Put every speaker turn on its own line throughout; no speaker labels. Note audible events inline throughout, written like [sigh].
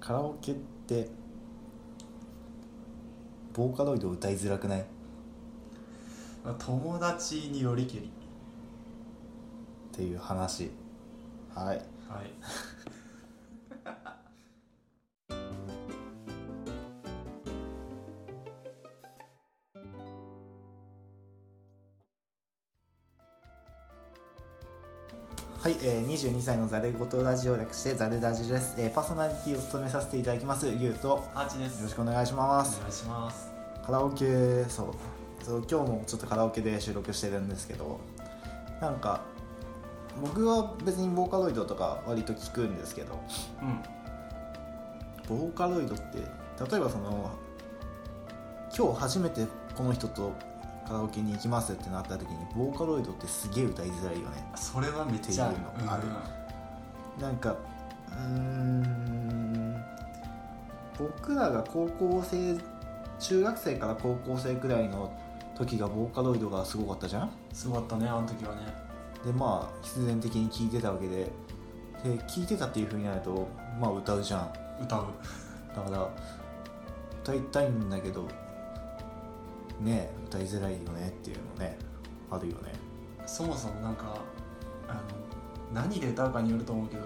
カラオケってボーカロイド歌いづらくない
まあ友達によりけり
っていう話はい
はい
はい、えー、22歳のザレ言ラジオ略してザレラジです、えーパーソナリティを務めさせていただきますゆうとよ
アーチです
ろしくお願いします
お願いします
カラオケそうそう今日もちょっとカラオケで収録してるんですけどなんか僕は別にボーカロイドとか割と聞くんですけど
うん
ボーカロイドって例えばその今日初めてこの人とカラオケに行きますってなった時にボーカロイドってすげえ歌いづらいよね
それはめっちゃあ
っ
る
ていうのある
うん
なんかうーん僕らが高校生中学生から高校生くらいの時がボーカロイドがすごかったじゃん
すごかったねあの時はね
でまあ必然的に聴いてたわけでで聴いてたっていう風になるとまあ歌うじゃん
歌う
だから歌いたいんだけどねえ歌いづらいよねっていうのねあるよね
そもそもなんかあの何で歌うかによると思うけど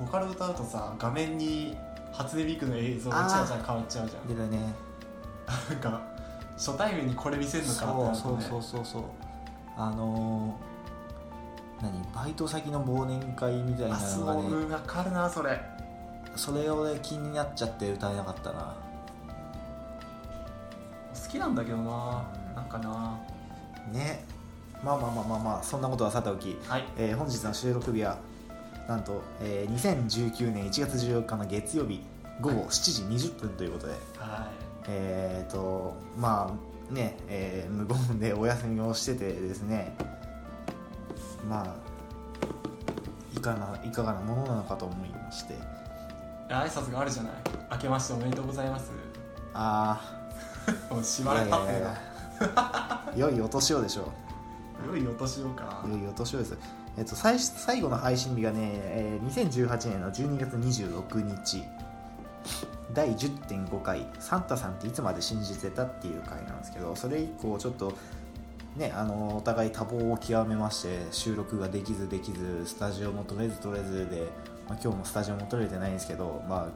ボカロ歌うとさ画面に初音ミクの映像がちゃちゃ変わっちゃうじゃん
でだね
なんか初対面にこれ見せるのかってなると
そう
ね
そうそうそうそうあのー何バイト先の忘年会みたい
あ
な
そう
のがね
うんわかるなそれ
それ俺気になっちゃって歌えなかったな
好きなんだけどな
うん
なんかな
ねまあまあまあまあまあそんなことはさておき、
はい
えー本日の収録日はなんと、えー2019年1月14日の月曜日午後7時20分ということで、
は
えー、とまあね、えー無言でお休みをしててですねまあいかないかがなものなのかと思いまして
い挨拶があるじゃない明けましておめでとうございます
あ
もうし
あ
ばらく経ってる
い
よ
やいや [laughs] 良いお年をでしょ
良いお年をか
う良いお年をですえっと最最後の配信日がね、えー2018年の12月26日第10.5回「サンタさんっていつまで信じてた?」っていう回なんですけどそれ以降ちょっとねあのお互い多忙を極めまして収録ができずできずスタジオも取れず取れずで、まあ、今日もスタジオも取れてないんですけどま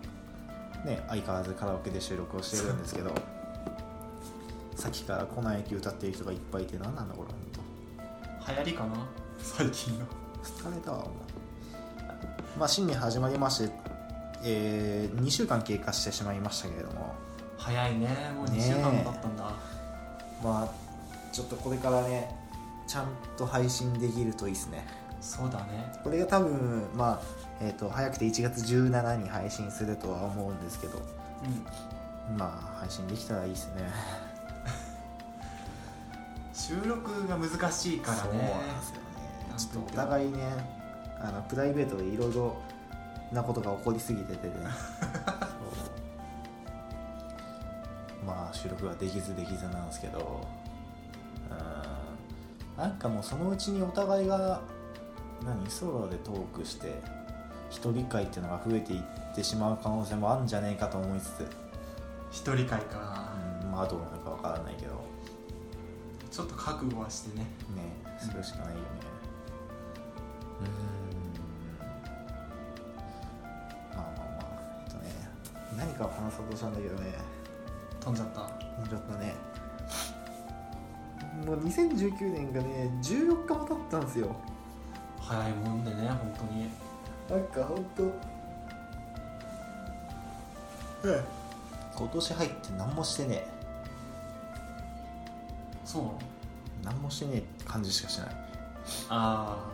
あね相変わらずカラオケで収録をしてるんですけどさっきから「粉雪」歌ってる人がいっぱいいて何なんだこれ本当。
流行りかな最近の
疲れたわもうまあ新年始まりまして、え2週間経過してしまいましたけれども
早いねもう2週間も経ったんだ、
まあちょっとこれからねちゃんと配信できるといいですね
そうだね
これが多分まあ、えー、と早くて1月17に配信するとは思うんですけど
うん
まあ配信できたらいいですね
収録が難しいから
そう
ね
なんですよね
なんと
ちょっとお互いねあのプライベートでいろいろなことが起こりすぎて
[laughs]
てねそうまあ収録はできずできずなんですけどうんなんかもうそのうちにお互いが何ソロでトークして一人会っていうのが増えていってしまう可能性もあるんじゃないかと思いつつ、
一人会か、
うん、まあどうなるかわからないけど
ちょっと覚悟はしてね
ねそれしかないよねうーんまあまあまあえっとね何かを話そうとしたんだけどね
飛んじゃった
ちょっとねもう2019年がね14日も経ったんですよ
早いもんでね本当に
なんかほんと今年入って何もしてねえ
そうなの
何もしてねえって感じしかしない
あ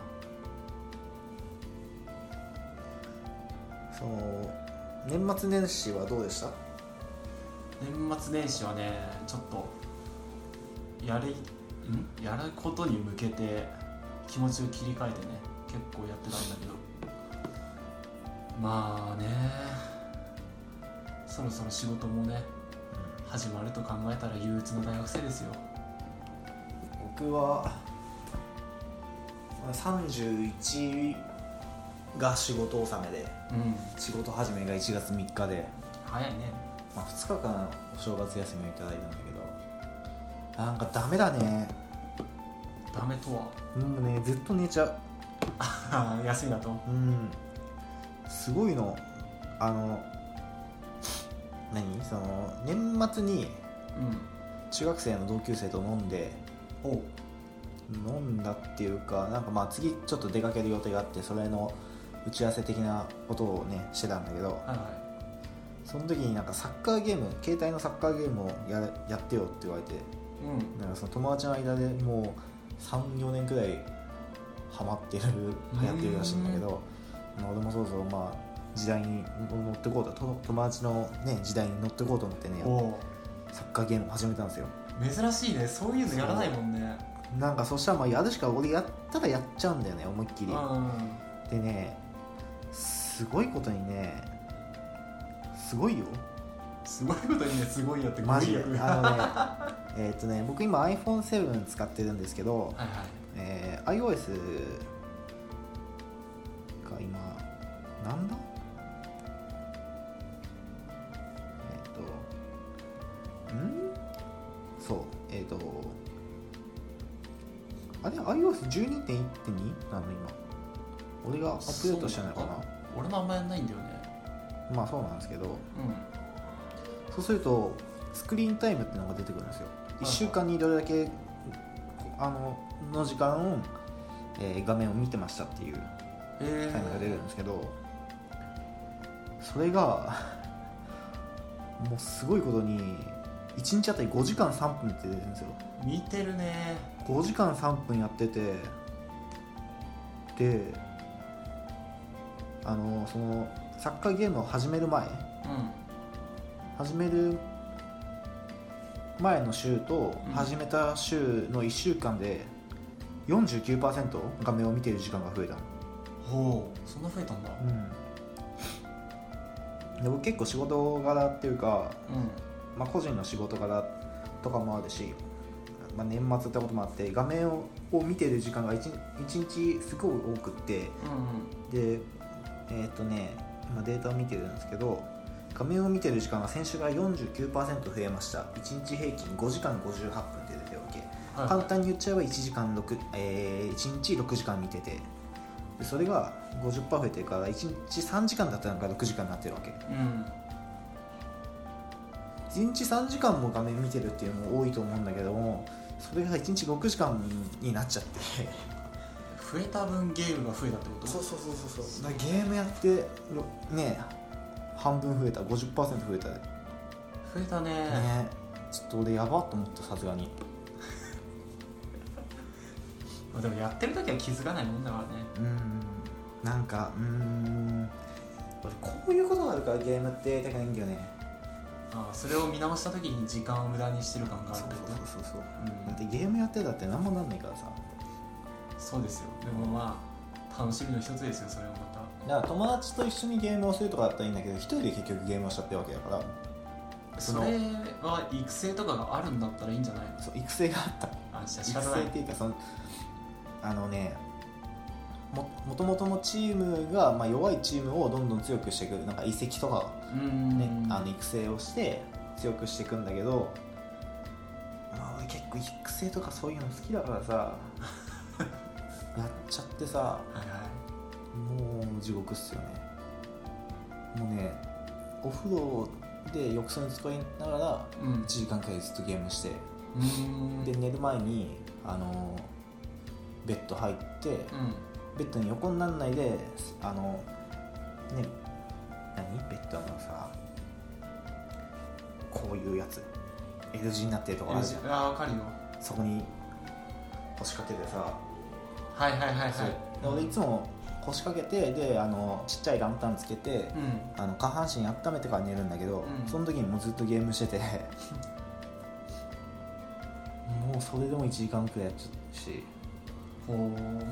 その年末年始はどうでした
あ年末年始はねちょっとやるんやることに向けて気持ちを切り替えてね結構やってたんだけどまあねそろそろ仕事もね始まると考えたら憂鬱な大学生ですよ
僕はまあ31が仕事納めで
うん
仕事始めが1月3日で
早いね
まあ、2日間お正月休みをいただいたんだけどなんかダメだね
ダメとは
もうねずっと寝ちゃう
[laughs] あー休みだと
うんすごいのあの何その年末に
うん
中学生の同級生と飲んで
おう
飲んだっていうかなんかまあ次ちょっと出かける予定があってそれの打ち合わせ的なことをねしてたんだけど
はいは
その時になんかサッカーゲーム携帯のサッカーゲームをやれやってよって言われて
いうん
なんかその友達の間でもう34年くらいハマってる流行ってるらしいんだけど、まあ俺もそろそろまあ時代に乗ってこうとと友達の、ね、時代に乗ってこうと思ってねやっ
おう
サッカーゲームを始めたんですよ
珍しいねそういうのやらないもんね
なんかそしたらまあやるしか俺やったらやっちゃうんだよね思いっき
う
り
ん
でねすごいことにねすごいよ
すごいことにねすごいやって
マジで
語彙力が
あのね [laughs] えーっとね僕今 iPhone7 使ってるんですけど、
はいはい
えー iOS が今なんだえっ、とんそうえっ、とあれ iOS12.1.2 なの今俺がアップデートしてないのか
そう俺のあんまやんないんだよね
なまあそうなんですけど
うん
そうするとスクリーンタイムってのが出てくるんですよ1週間にどれだけあのの時間を、えー画面を見てましたっていう
え
タイムが出るん
ー
ですけどそれがもうすごいことに1日あたり5時間3分って出てるんですよ
見てるね
5時間3分やっててであのそのサッカーゲームを始める前
う
始める前の週と
うん
始めた週の1週間で49%画面を見てる時間が増えたの
んほうそんな増えたんだ
で僕結構仕事柄っていうか、
うん
まあ、個人の仕事柄とかもあるし、まあ、年末ってこともあって画面をを見てる時間が 1, 日すごい多くって
うん
でえーっとね今データを見てるんですけど画面を見てる時間が先週から49%増えました1日平均5時間58分って出てるわけ
はい
簡単に言っちゃえば1時間6、えー1日6時間見ててでそれが50%増えてるから1日3時間だったのが6時間になってるわけ
うん
1日3時間も画面見てるっていうのも多いと思うんだけどもそれが1日6時間になっちゃって
増えた分ゲームが増えたってこと
そうそうそうそうだからゲームやってろね半分増えた50%増えたね
増えたね
ちょっと俺やばっと思ったさすがに
まあでもやってる時は気づかないもんだからね
うんなんかうーん俺こういうことがあるからゲームってやりたくないんだよね
ああそれを見直した時に時間を無駄にしてる感がある
そう
って
そう
こと
そうそうそう
うん
だってゲームやってたって何もなんないからさ
そうですよでもまあ楽しみの一つですよそれはま
だから友達と一緒にゲームをするとかだったらいいんだけど一人で結局ゲームをしちゃってるわけだから
た
そ
そ
の
れは育成とかがあるんだったらいいんじゃないの
そう育成があった
あじゃあ仕
育
方な
成
い
っていうかそのあのねももともとのチームが、まあ、弱いチームをどんどん強くしていくなんか移籍とか、
うーん
ねあの育成をして強くしていくんだけど、まあ、俺結構育成とかそういうの好きだから
[laughs]
さやっちゃってさ
はいはい
もう地獄っすよねもうねお風呂で浴槽に使いながら
うんう
1時間くらいずっとゲームして
ーん
で寝る前にあのベッド入って
うん
ベッドに横にならないであのね何ベッドのさこういうやつ L 字になってるとこあるじゃん
あわかるよ
そこに腰掛けてさ
はいはいはい
そうで
はい
俺いつも腰掛けてであのちっちゃいランタンつけて、
うん
あの下半身温めてから寝るんだけど、
うん
その時 [laughs] にもうずっとゲームしててもうそれでも1時間くらいやっちゃったし
ほう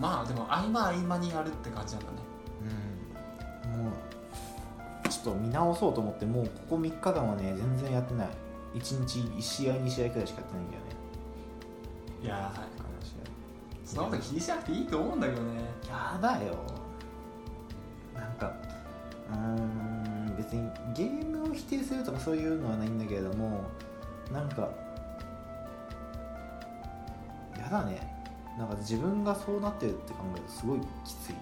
まあでも合間合間にやるって感じなんだね
うんもうちょっと見直そうと思ってもうここ3日間はね全然やってない1日1試合2試合くらいしかやってないんだよね
いやーはい
この試
そんなこと気にしなくていいと思うんだけどね
合やだよなんかうーん別別にゲームを否定するとかそういうのはないんだけれどもなんかやだねなんか自分がそうなってるって考えるとすごいきつい、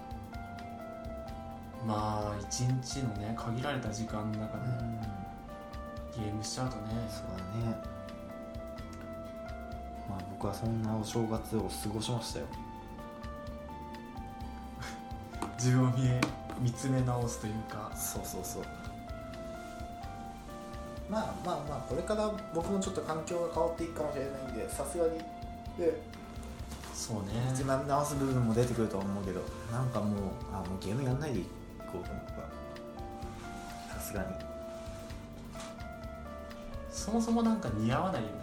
まあ一日のね限られた時間の中でゲームしちゃうとね、
そうだねまあ僕はそんなお正月を過ごしましたよ
自分を見え見つめ直すというか
そうそうそうまあまあまあこれから僕もちょっと環境が変わっていくかもしれないんでさすがにで
そうね
見つめ直す部分も出てくるとは思うけどなんかもうあもうゲームやんないでいこうと思ったさすがに
そもそもなんか似合わないよね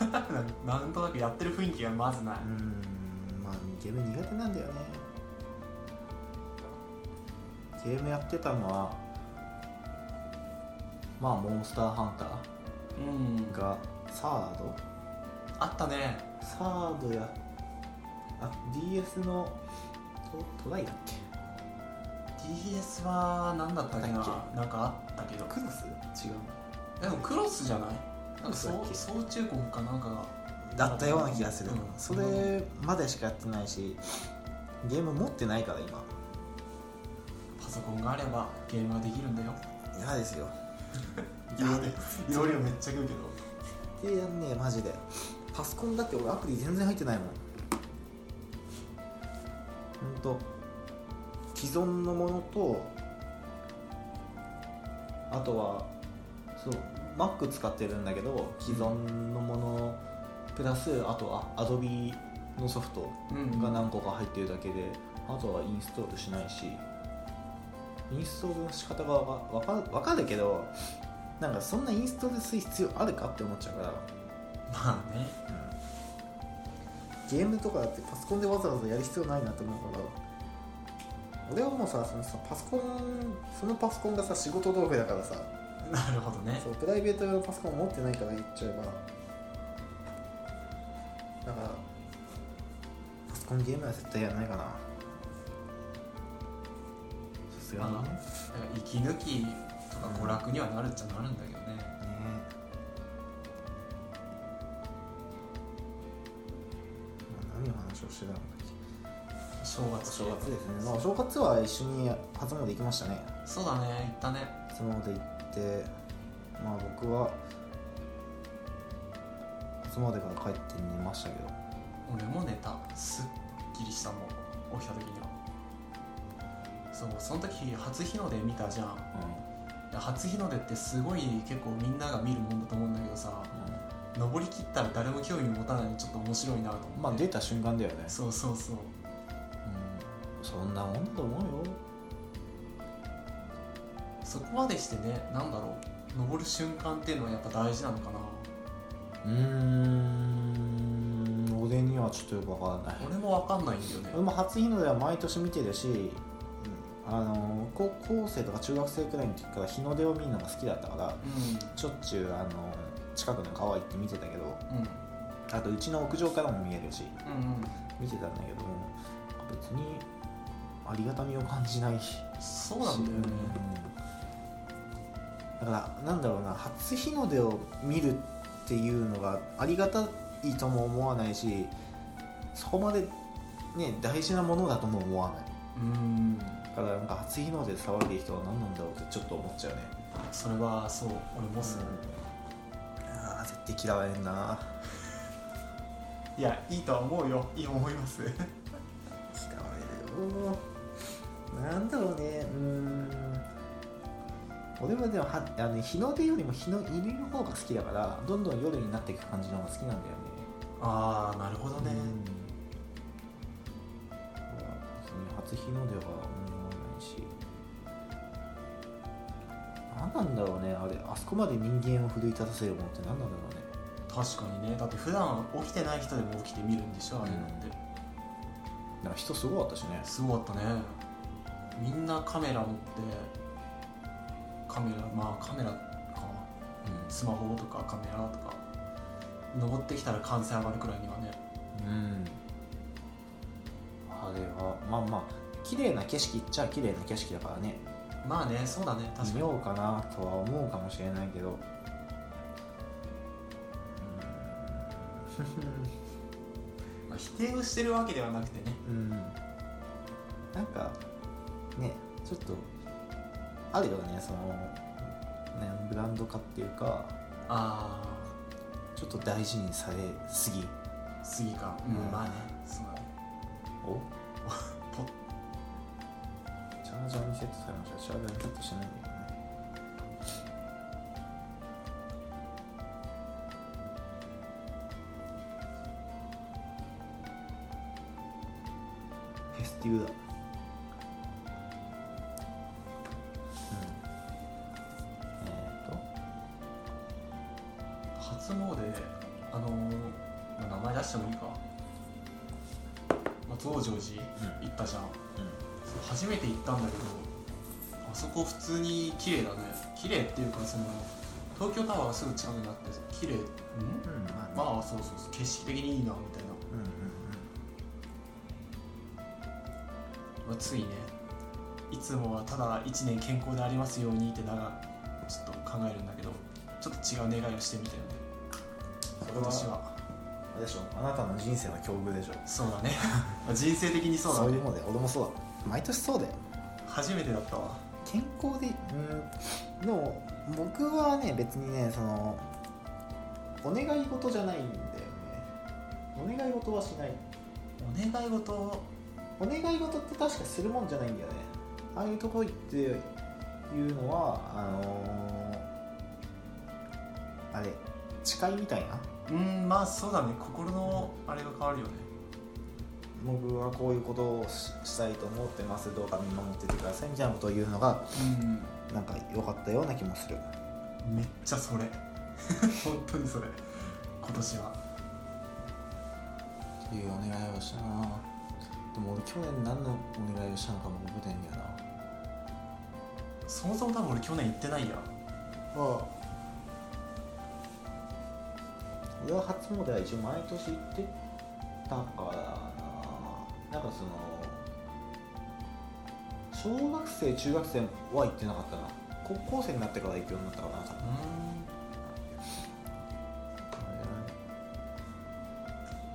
[laughs] ななんとなくやってる雰囲気がまずない、
うーんまあゲーム苦手なんだよねゲームやってたのはまあモンスターハンタ
うん
ーがサード
あったね
サードやあ DS のトトライだっけ
DS は何だったっけな
なんだっ
なんかあったけど
クロス違う
でもクロスじゃないなんか
そうだっ
そう
け
総中国かなんかが
だったような気がする、
うん
それまでしかやってないしゲーム持ってないから今
パソコンがあればゲームができるんだよ
嫌ですよ
や
で
容量めっちゃ食うけど
でやんねえマジでパソコンだって俺アプリ全然入ってないもんほんと既存のものとあとはそう Mac 使ってるんだけど既存のものプラスあとは Adobe のソフト
うん
が何個か入ってるだけであとはインストールしないしインストールの仕方がわかわかわかるけどなんかそんなインストールする必要あるかって思っちゃうから、
まあね
ゲームとかだってパソコンでわざわざやる必要ないなと思うから俺はもうさそのさパソコンそのパソコンがさ仕事道具だからさ
なるほどね
そうプライベート用のパソコン持ってないから言っちゃえばだからパソコンゲームは絶対やらないかなさすがにねね
だから息抜きとか娯楽にはなるっちゃなるんだけどね、
まあ何の話をしてたんだっけ
正
お
月
正月ですね、まあ、お正月は一緒に初詣行きましたね
そうだね行ったね
初詣行ってまあ僕は初詣から帰って寝ましたけど
俺も寝たすっきりしたもん起きた時にはそうその時初日の出見たじゃんいや初日の出ってすごい結構みんなが見るもんだと思うんだけどさ登りきったら誰も興味持たないのちょっと面白いなと思って
まあ出た瞬間だよね
そうそうそう
うんそんなもんだと思うよ
そこまでしてねなんだろう登る瞬間っていうのはやっぱ大事なのかな
うーん俺にはちょっとよくわからない
俺もわかんないんだよね
俺も初日の出は毎年見てるしあの高校生とか中学生くらいの時から日の出を見るのが好きだったから
う
しょっちゅうあの近くの川行って見てたけど
んうん
あとうちの屋上からも見えるし
うんうん
見てたんだけども別にありがたみを感じないし
そうなんだよね
うんだからなんだろうな初日の出を見るっていうのがありがたいとも思わないしそこまで、ね、大事なものだとも思わない
うん
だからなんか初日の出で騒いでる人は何なんだろうってちょっと思っちゃうね
それはそう俺もそう、
ああ絶対嫌われんない
やいいとは思うよいい思います
嫌われるよなんだろうねうーん俺はでもはあの日の出よりも日の入りの方が好きだからどんどん夜になっていく感じの方が好きなんだよね
[laughs] ああなるほど
う
ね、
んだから別に初日の出は思わないし何なんだろうねあれあそこまで人間を奮い立たせるものって何なんだろうね
確かにねだって普段起きてない人でも起きて見るんでしょあれなんて、
なんか人すごかったしね
すごかったねみんなカメラ持ってカメラまあカメラかスマホとかカメラとか登ってきたら歓声上がるくらいにはね
うん、あれはまあまあ綺麗な景色っちゃ綺麗な景色だからね
まあねそうだね確か
見
に
ようかなとは思うかもしれないけどう
まあ否定をしてるわけではなくてね
ーんうんなんかねちょっとあるよねそのねブランド化っていうか
あ
ちょっと大事にされすぎ
あ次かうん、
うん
まあねそうだね
お
ポ
チャージャーにセットされましたチャージャーにセットしてないんだけどねフェスティブだうんえーと
初詣あのーまあ名前出してもいいか松尾城寺
うん
行ったじゃん
うん
そう初めて行ったんだけどあそこ普通に綺麗だね綺麗っていうかその東京タワーがすぐ近くにあって綺麗ん
うんまあね
まあそうそうそう景色的にいいなみたいな
うんうん
まあついねいつもはただ1年健康でありますようにってながちょっと考えるんだけどちょっと違う願いをしてみたよね
それは
今年は
あれでしょあなたの人生の境遇でしょ
そうだねまあ [laughs] 人生的にそうだ
そうい
ね
うもので俺もそうだ毎年そうだよ
初めてだったわ
健康でうんでも僕はね別にねそのお願い事じゃないんだよねお願い事はしない
お願い事
お願い事って確かするもんじゃないんだよねああいうとこ行っていうのはあのーあれ誓いみたいな
うんまあそうだね心のあれが変わるよね
僕はこういうことをししたいと思ってますどうか見守っててくださいみたいなことを言うのがなんか良かったような気もする
うんめっちゃそれ [laughs] 本当にそれ今年は
っていうお願いをしたなでも俺去年何のお願いをしたのかも覚えてないんだよな
そもそも多分俺去年行ってないや
あ俺は初詣は一応毎年行ってたからななんかその小学生中学生は行ってなかったな高校生になってから行くようになったからな多分
う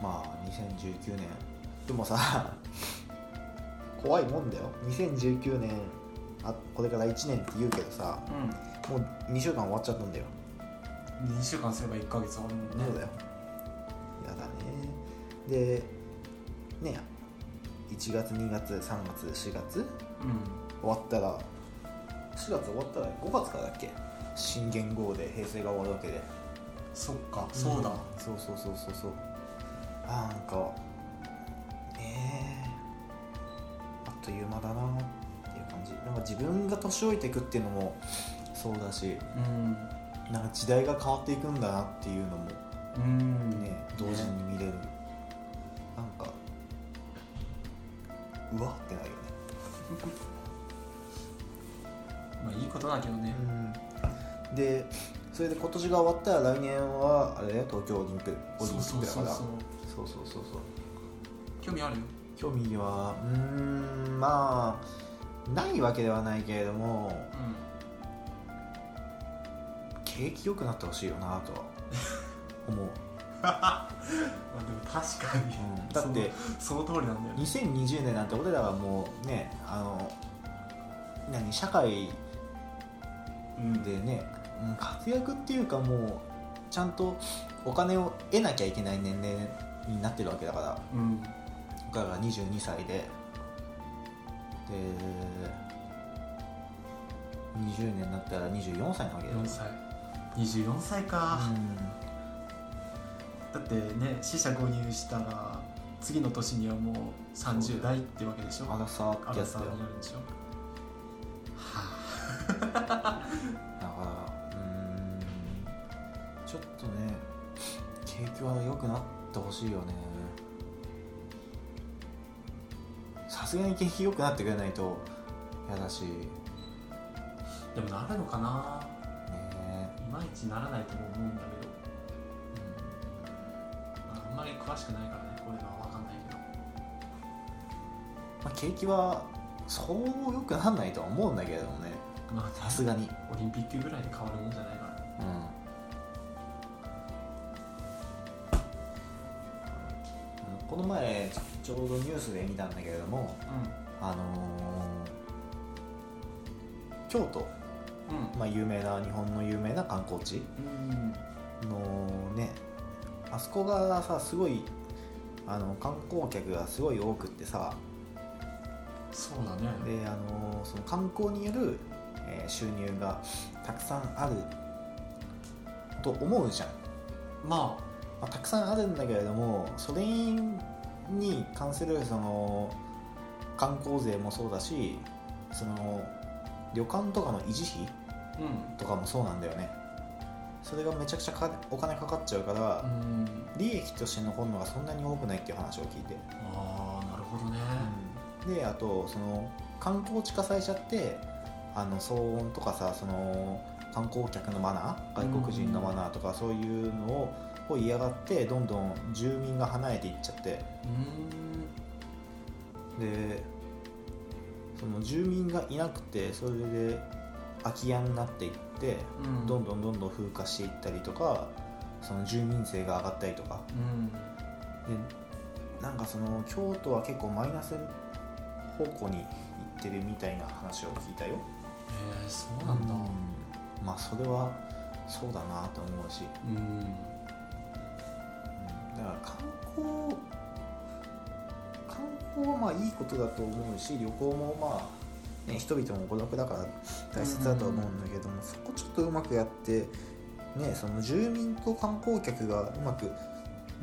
まあ2019年でもさ [laughs] 怖いもんだよ2019年あこれから1年って言うけどさ
んう
も
ん
う2週間終わっちゃったんだよ
2週間すれば1ヶ月終わるもんね
そうだよやだねでね1月2月3月4月
う
終わったら4月終わったら5月からだっけ新元号で平成が終わるわけで
んそっかそうだ、
そうそうそうそうそうあーなんかねえあっという間だなっていう感じなんか自分が年老いていくっていうのもそうだし
うん
なんか時代が変わっていくんだなっていうのも
うん
ね同時に見れる、なんかうわってなるよね
まあいいことだけどね、
うんでそれで今年が終わったら来年はあれだよ東京オリンピックオリン
そ
ピ
う
ッ
そう
クだから
そうそう
そうそうそうそう
興味あるよ
興味はうーんまあないわけではないけれども
う
景気良くなってほしいよなとは思う、
んまあでも確かに、 [laughs]
うんだって
そのその通りなんだよね
2020年なんて俺らがもうねあの何社会
うん
でねうん活躍っていうかもうちゃんとお金を得なきゃいけない年齢になってるわけだから
うん
僕らが22歳でで20年になったら24歳なわけだよ
4歳24歳か、だってね死者購入したら次の年にはもう30代ってわけでし
うん、ア
ょ
ラサー
あ
ってや
ら
つ
さ
だよ
になるんでしょは
だからうんちょっとね景気は良くなってほしいよねさすがに景気良くなってくれないと嫌だしね
あでもなるのかな
え
いまいちならないとも思うんだけどあんまり詳しくないからねこれは分かんないけど
まあ、景気はそうよくなんないとは思うんだけれどもね
ま
さすがに
あオリンピックぐらいで変わるもんじゃないから
うんこの前ちょうどニュースで見たんだけれどもあのー京都、
う
まあ、有名な日本の有名な観光地
んうんうん
のねあそこがさすごいあの観光客がすごい多くってさ
そうだね
で、あのーその観光による、えー収入がたくさんあると思うじゃん
ま
まあ、たくさんあるんだけれどもそれに関するその観光税もそうだしその旅館とかの維持費
あうん
とかもそうなんだよねそれがめちゃくちゃかお金かかっちゃうから、
うん
利益として残るのがそんなに多くないっていう話を聞いて、
ああなるほどね
であとその観光地化されちゃってあの騒音とかさその観光客のマナー外国人のマナーとかそういうのをを嫌がってどんどん住民が離れていっちゃって
うん
でその住民がいなくてそれで空き家になっていって
うん
どんどんどんどん風化していったりとかその住民税が上がったりとか
うん
でなんかその京都は結構マイナス方向に行ってるみたいな話を聞いたよ
えー、そうなんだ
うんまあそれはそうだなと思うし、
うん
うんだから観光観光はまあいいことだと思うし旅行もまあ、ね、人々も娯楽だから大切だと思うんだけども、そこちょっとうまくやって、ね、その住民と観光客がうまく、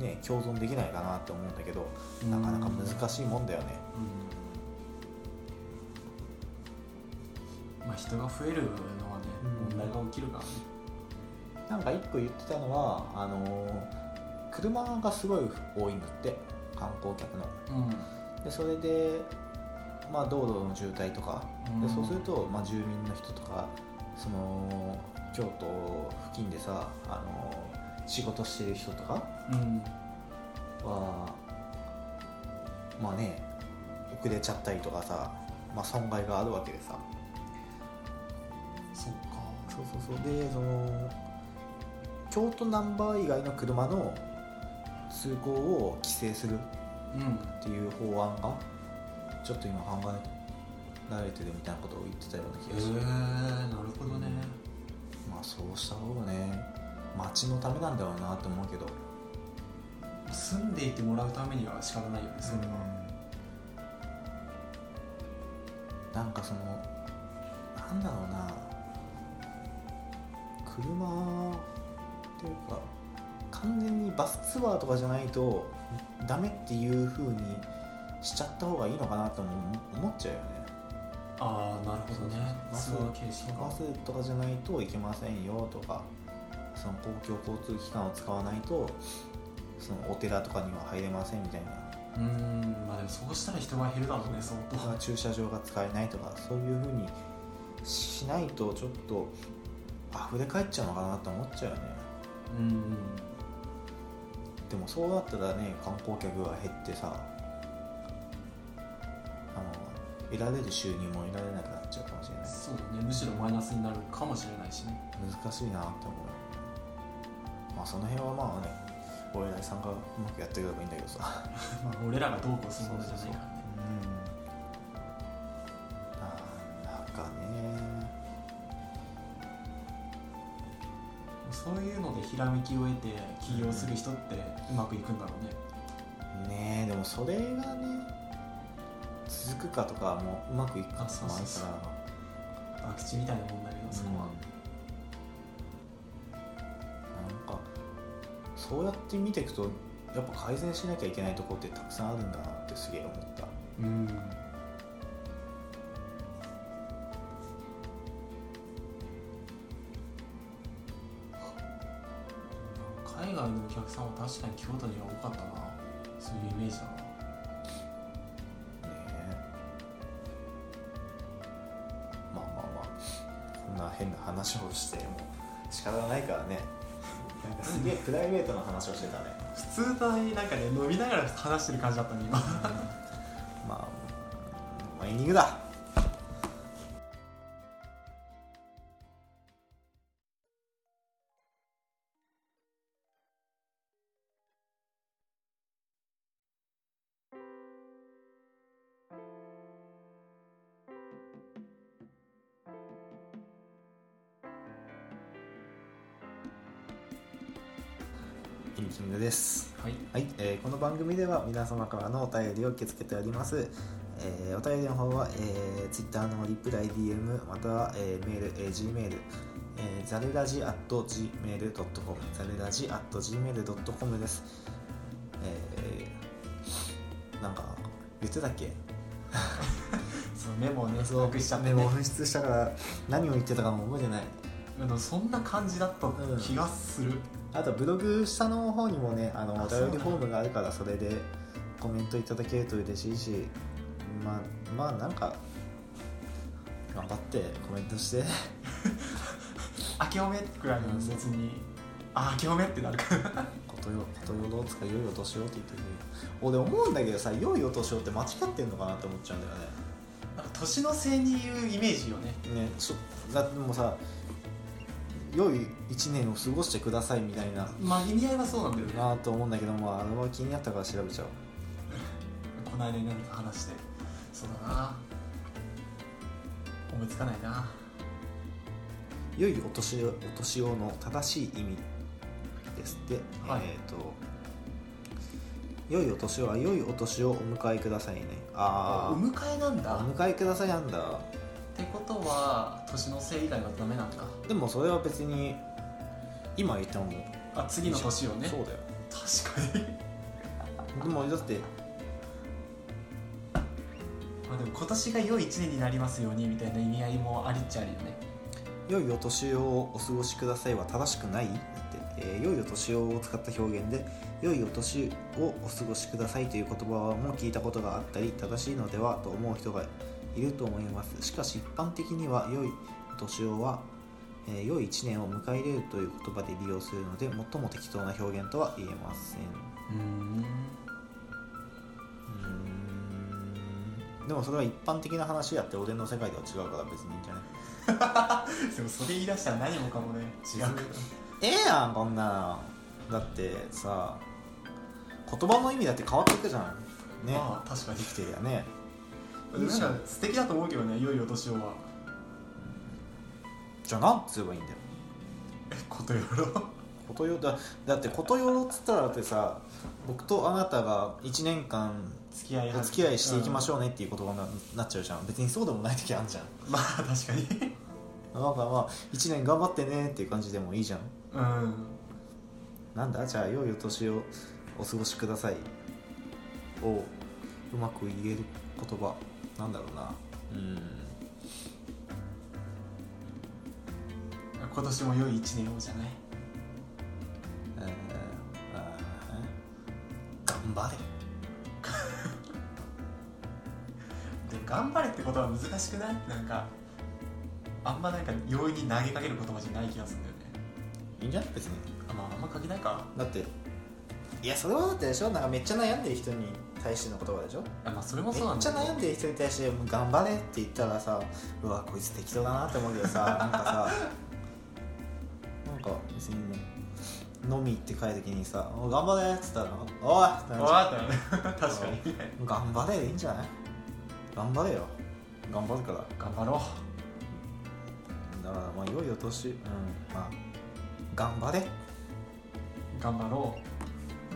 ね、共存できないかなって思うんだけどなかなか難しいもんだよね。
うんまあ人が増えるのはね、
うん
問題が起きるからね
なんか一個言ってたのはあのー車がすごい多いんだって観光客の。でそれで、まあ、道路の渋滞とか
うん
でそうすると、まあ、住民の人とかその京都付近でさあの仕事してる人とか
うん
はまあね遅れちゃったりとかさ、まあ、損害があるわけでさ
そっか
そうそうそうでその京都ナンバー以外の車の通行を規制する
うん
っていう法案がちょっと今考えられてるみたいなことを言ってたような
へ
気
え
がする、
なるほどね
まあそうした方がね町のためなんだろうなと思うけど
住んでいてもらうためには仕方ないよねそれは
なんかそのなんだろうな車っていうか完全にバスツアーとかじゃないとダメっていう風にしちゃった方がいいのかなとも思っちゃうよね
ああなるほどね
バス
ツアー形式か
バスとかじゃないといけませんよとかその公共交通機関を使わないとそのお寺とかには入れませんみたいな
うんまあでもそうしたら人が減るだろうね相当
まあ駐車場が使えないとかそういうふうにしないとちょっと溢れ返っちゃうのかなと思っちゃうよね
うん
でもそうなったらね観光客が減ってさあの得られる収入も得られなくなっちゃうかもしれない
そうだねむしろマイナスになるかもしれないし
[laughs]
ね
難しいなって思うよまあその辺はまあね俺らさんがうまくやってくればいいんだけどさ
まあ俺らがどうこうするものじゃないからね
うんなんかね
そういうのでひらめきを得て起業する人ってうまくいくんだろうね
ねえでもそれがね続くかとかもうまくいくか
あ
とか
そう
もあ
そ
る
うそう
か
博打みたいなもんだけど
ら
そこは
うんなんかそうやって見ていくとやっぱ改善しなきゃいけないところってたくさんあるんだなってすげえ思った
うん海外のお客さんは確かに京都には多かったなそういうイメージだな
ねえまあまあまあこんな変な話をしても仕方がないからねなんかすげえプライベートな話をしてたね
普通だになんかね飲みながら話してる感じだったね今
まあ、まあ、エンディングだ君君のです
はい
はい、えーこの番組では皆様からのお便りを受け付けております、えーお便りの方は、えー、Twitter のリプライ DM または、えーメール、えー Gmail えーザルラジ at gmail.com ザルラジ at gmail.com ですえーなんか言ってたっけ
そのメモをね
そう
隠しちゃって、
メ
ね、
モ [laughs] 紛失したから何を言ってたかも覚えてない
でもそんな感じだった気がする、
あとブログ下の方にもねあの
あ
お便
そうな
り
んだ
フォームがあるからそれでコメントいただけると嬉しいしまあまあなんか頑張ってコメントして [laughs]
明けおめくらいの別に、あ明けおめってなるから
ことよことよどうつか良いお年をって言ってる俺思うんだけどさ良いお年をって間違ってんのかなって思っちゃうんだよ
なんか年のせいに言うイメージよね
ねねそだってもうさ良い1年を過ごしてくださいみたいな
まあ意味合いはそうなんだよね
なあと思うんだけどもあれは気になったから調べちゃう
この間に何か話してそうだな思いつかないな
良いお年をお年をの正しい意味ですって、
はい
えっ、と良いお年をは良いお年をお迎えくださいね
お
あ
迎えなん
あお
だっ
迎えくださいなんだ
てことは年のせい以外はダメなんだ
でもそれは別に今言っても
あ次の年をね
そうだよ
確かに [laughs]
でもだって
まあでも今年が良い1年になりますようにみたいな意味合いもありっちゃあるよね
良いお年をお過ごしくださいは正しくないだって、えー良いお年をを使った表現で良いお年をお過ごしくださいという言葉はもう聞いたことがあったり正しいのではと思う人がいると思いますしかし一般的には良いお年をは、えー良い1年を迎え入れるという言葉で利用するので最も適当な表現とは言えません
うん
うーんでもそれは一般的な話やって俺の世界では違うから別にいいんじゃない
でもそれ言い出したら何もかもね違うから
ええやんこんなのだってさ言葉の意味だって変わっていくじゃんね、
まあ確かに
生きてるよねいい
なん
じゃん
か素敵だと思うけどね良いお年をは
じゃあなんつえばいいんだよ
えことよろ
ことよだだってことよろっつったらだってさ僕とあなたが1年間
付き合い
お付き合いしていきま
ょ
しょうねっていう言葉にななっちゃうじゃん別にそうでもない時あるじゃん
うん [laughs] まあ確かに
なんかまあ1年頑張ってねっていう感じでもいいじゃん
うん
なんだじゃあ良いお年をお過ごしくださいをうまく言える言葉なんだろうなうん
今年も良い一年をじゃない
えーあー頑張れ
で頑張れってことは難しくないなんかあんまなんか容易に投げかける言葉じゃない気がするんだよね
いいんじゃない別に
あまああんま書けないか
だっていやそれはだってでしょなんかめっちゃ悩んでる人に対しての言葉でしょ
あまあそれもそうな
め
ん
っちゃ
だけど
悩んでる人に対して「頑張れ」って言ったらさうわこいつ適当だなって思うけどさ
[laughs]
なんかさなんか別にね飲み行って帰る時にさ「お頑張れ」っつったら「おい!」ってなっちゃ
わかったね確かに
う頑張れ」でいいんじゃない頑張れよ頑張るから
頑張ろ
だからまあ良いお年うんまあ頑張れ
う頑張ろ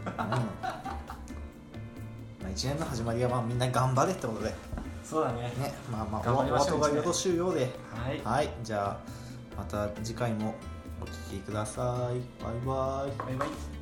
うんまあ一年の始まりはまあみんな頑張れってことでね
うそうだね
まあまあ
頑張り
お
ましょう
後がよろしゅうようで
はい
はいじゃあまた次回もお聴きくださいバイバイ
バイバイ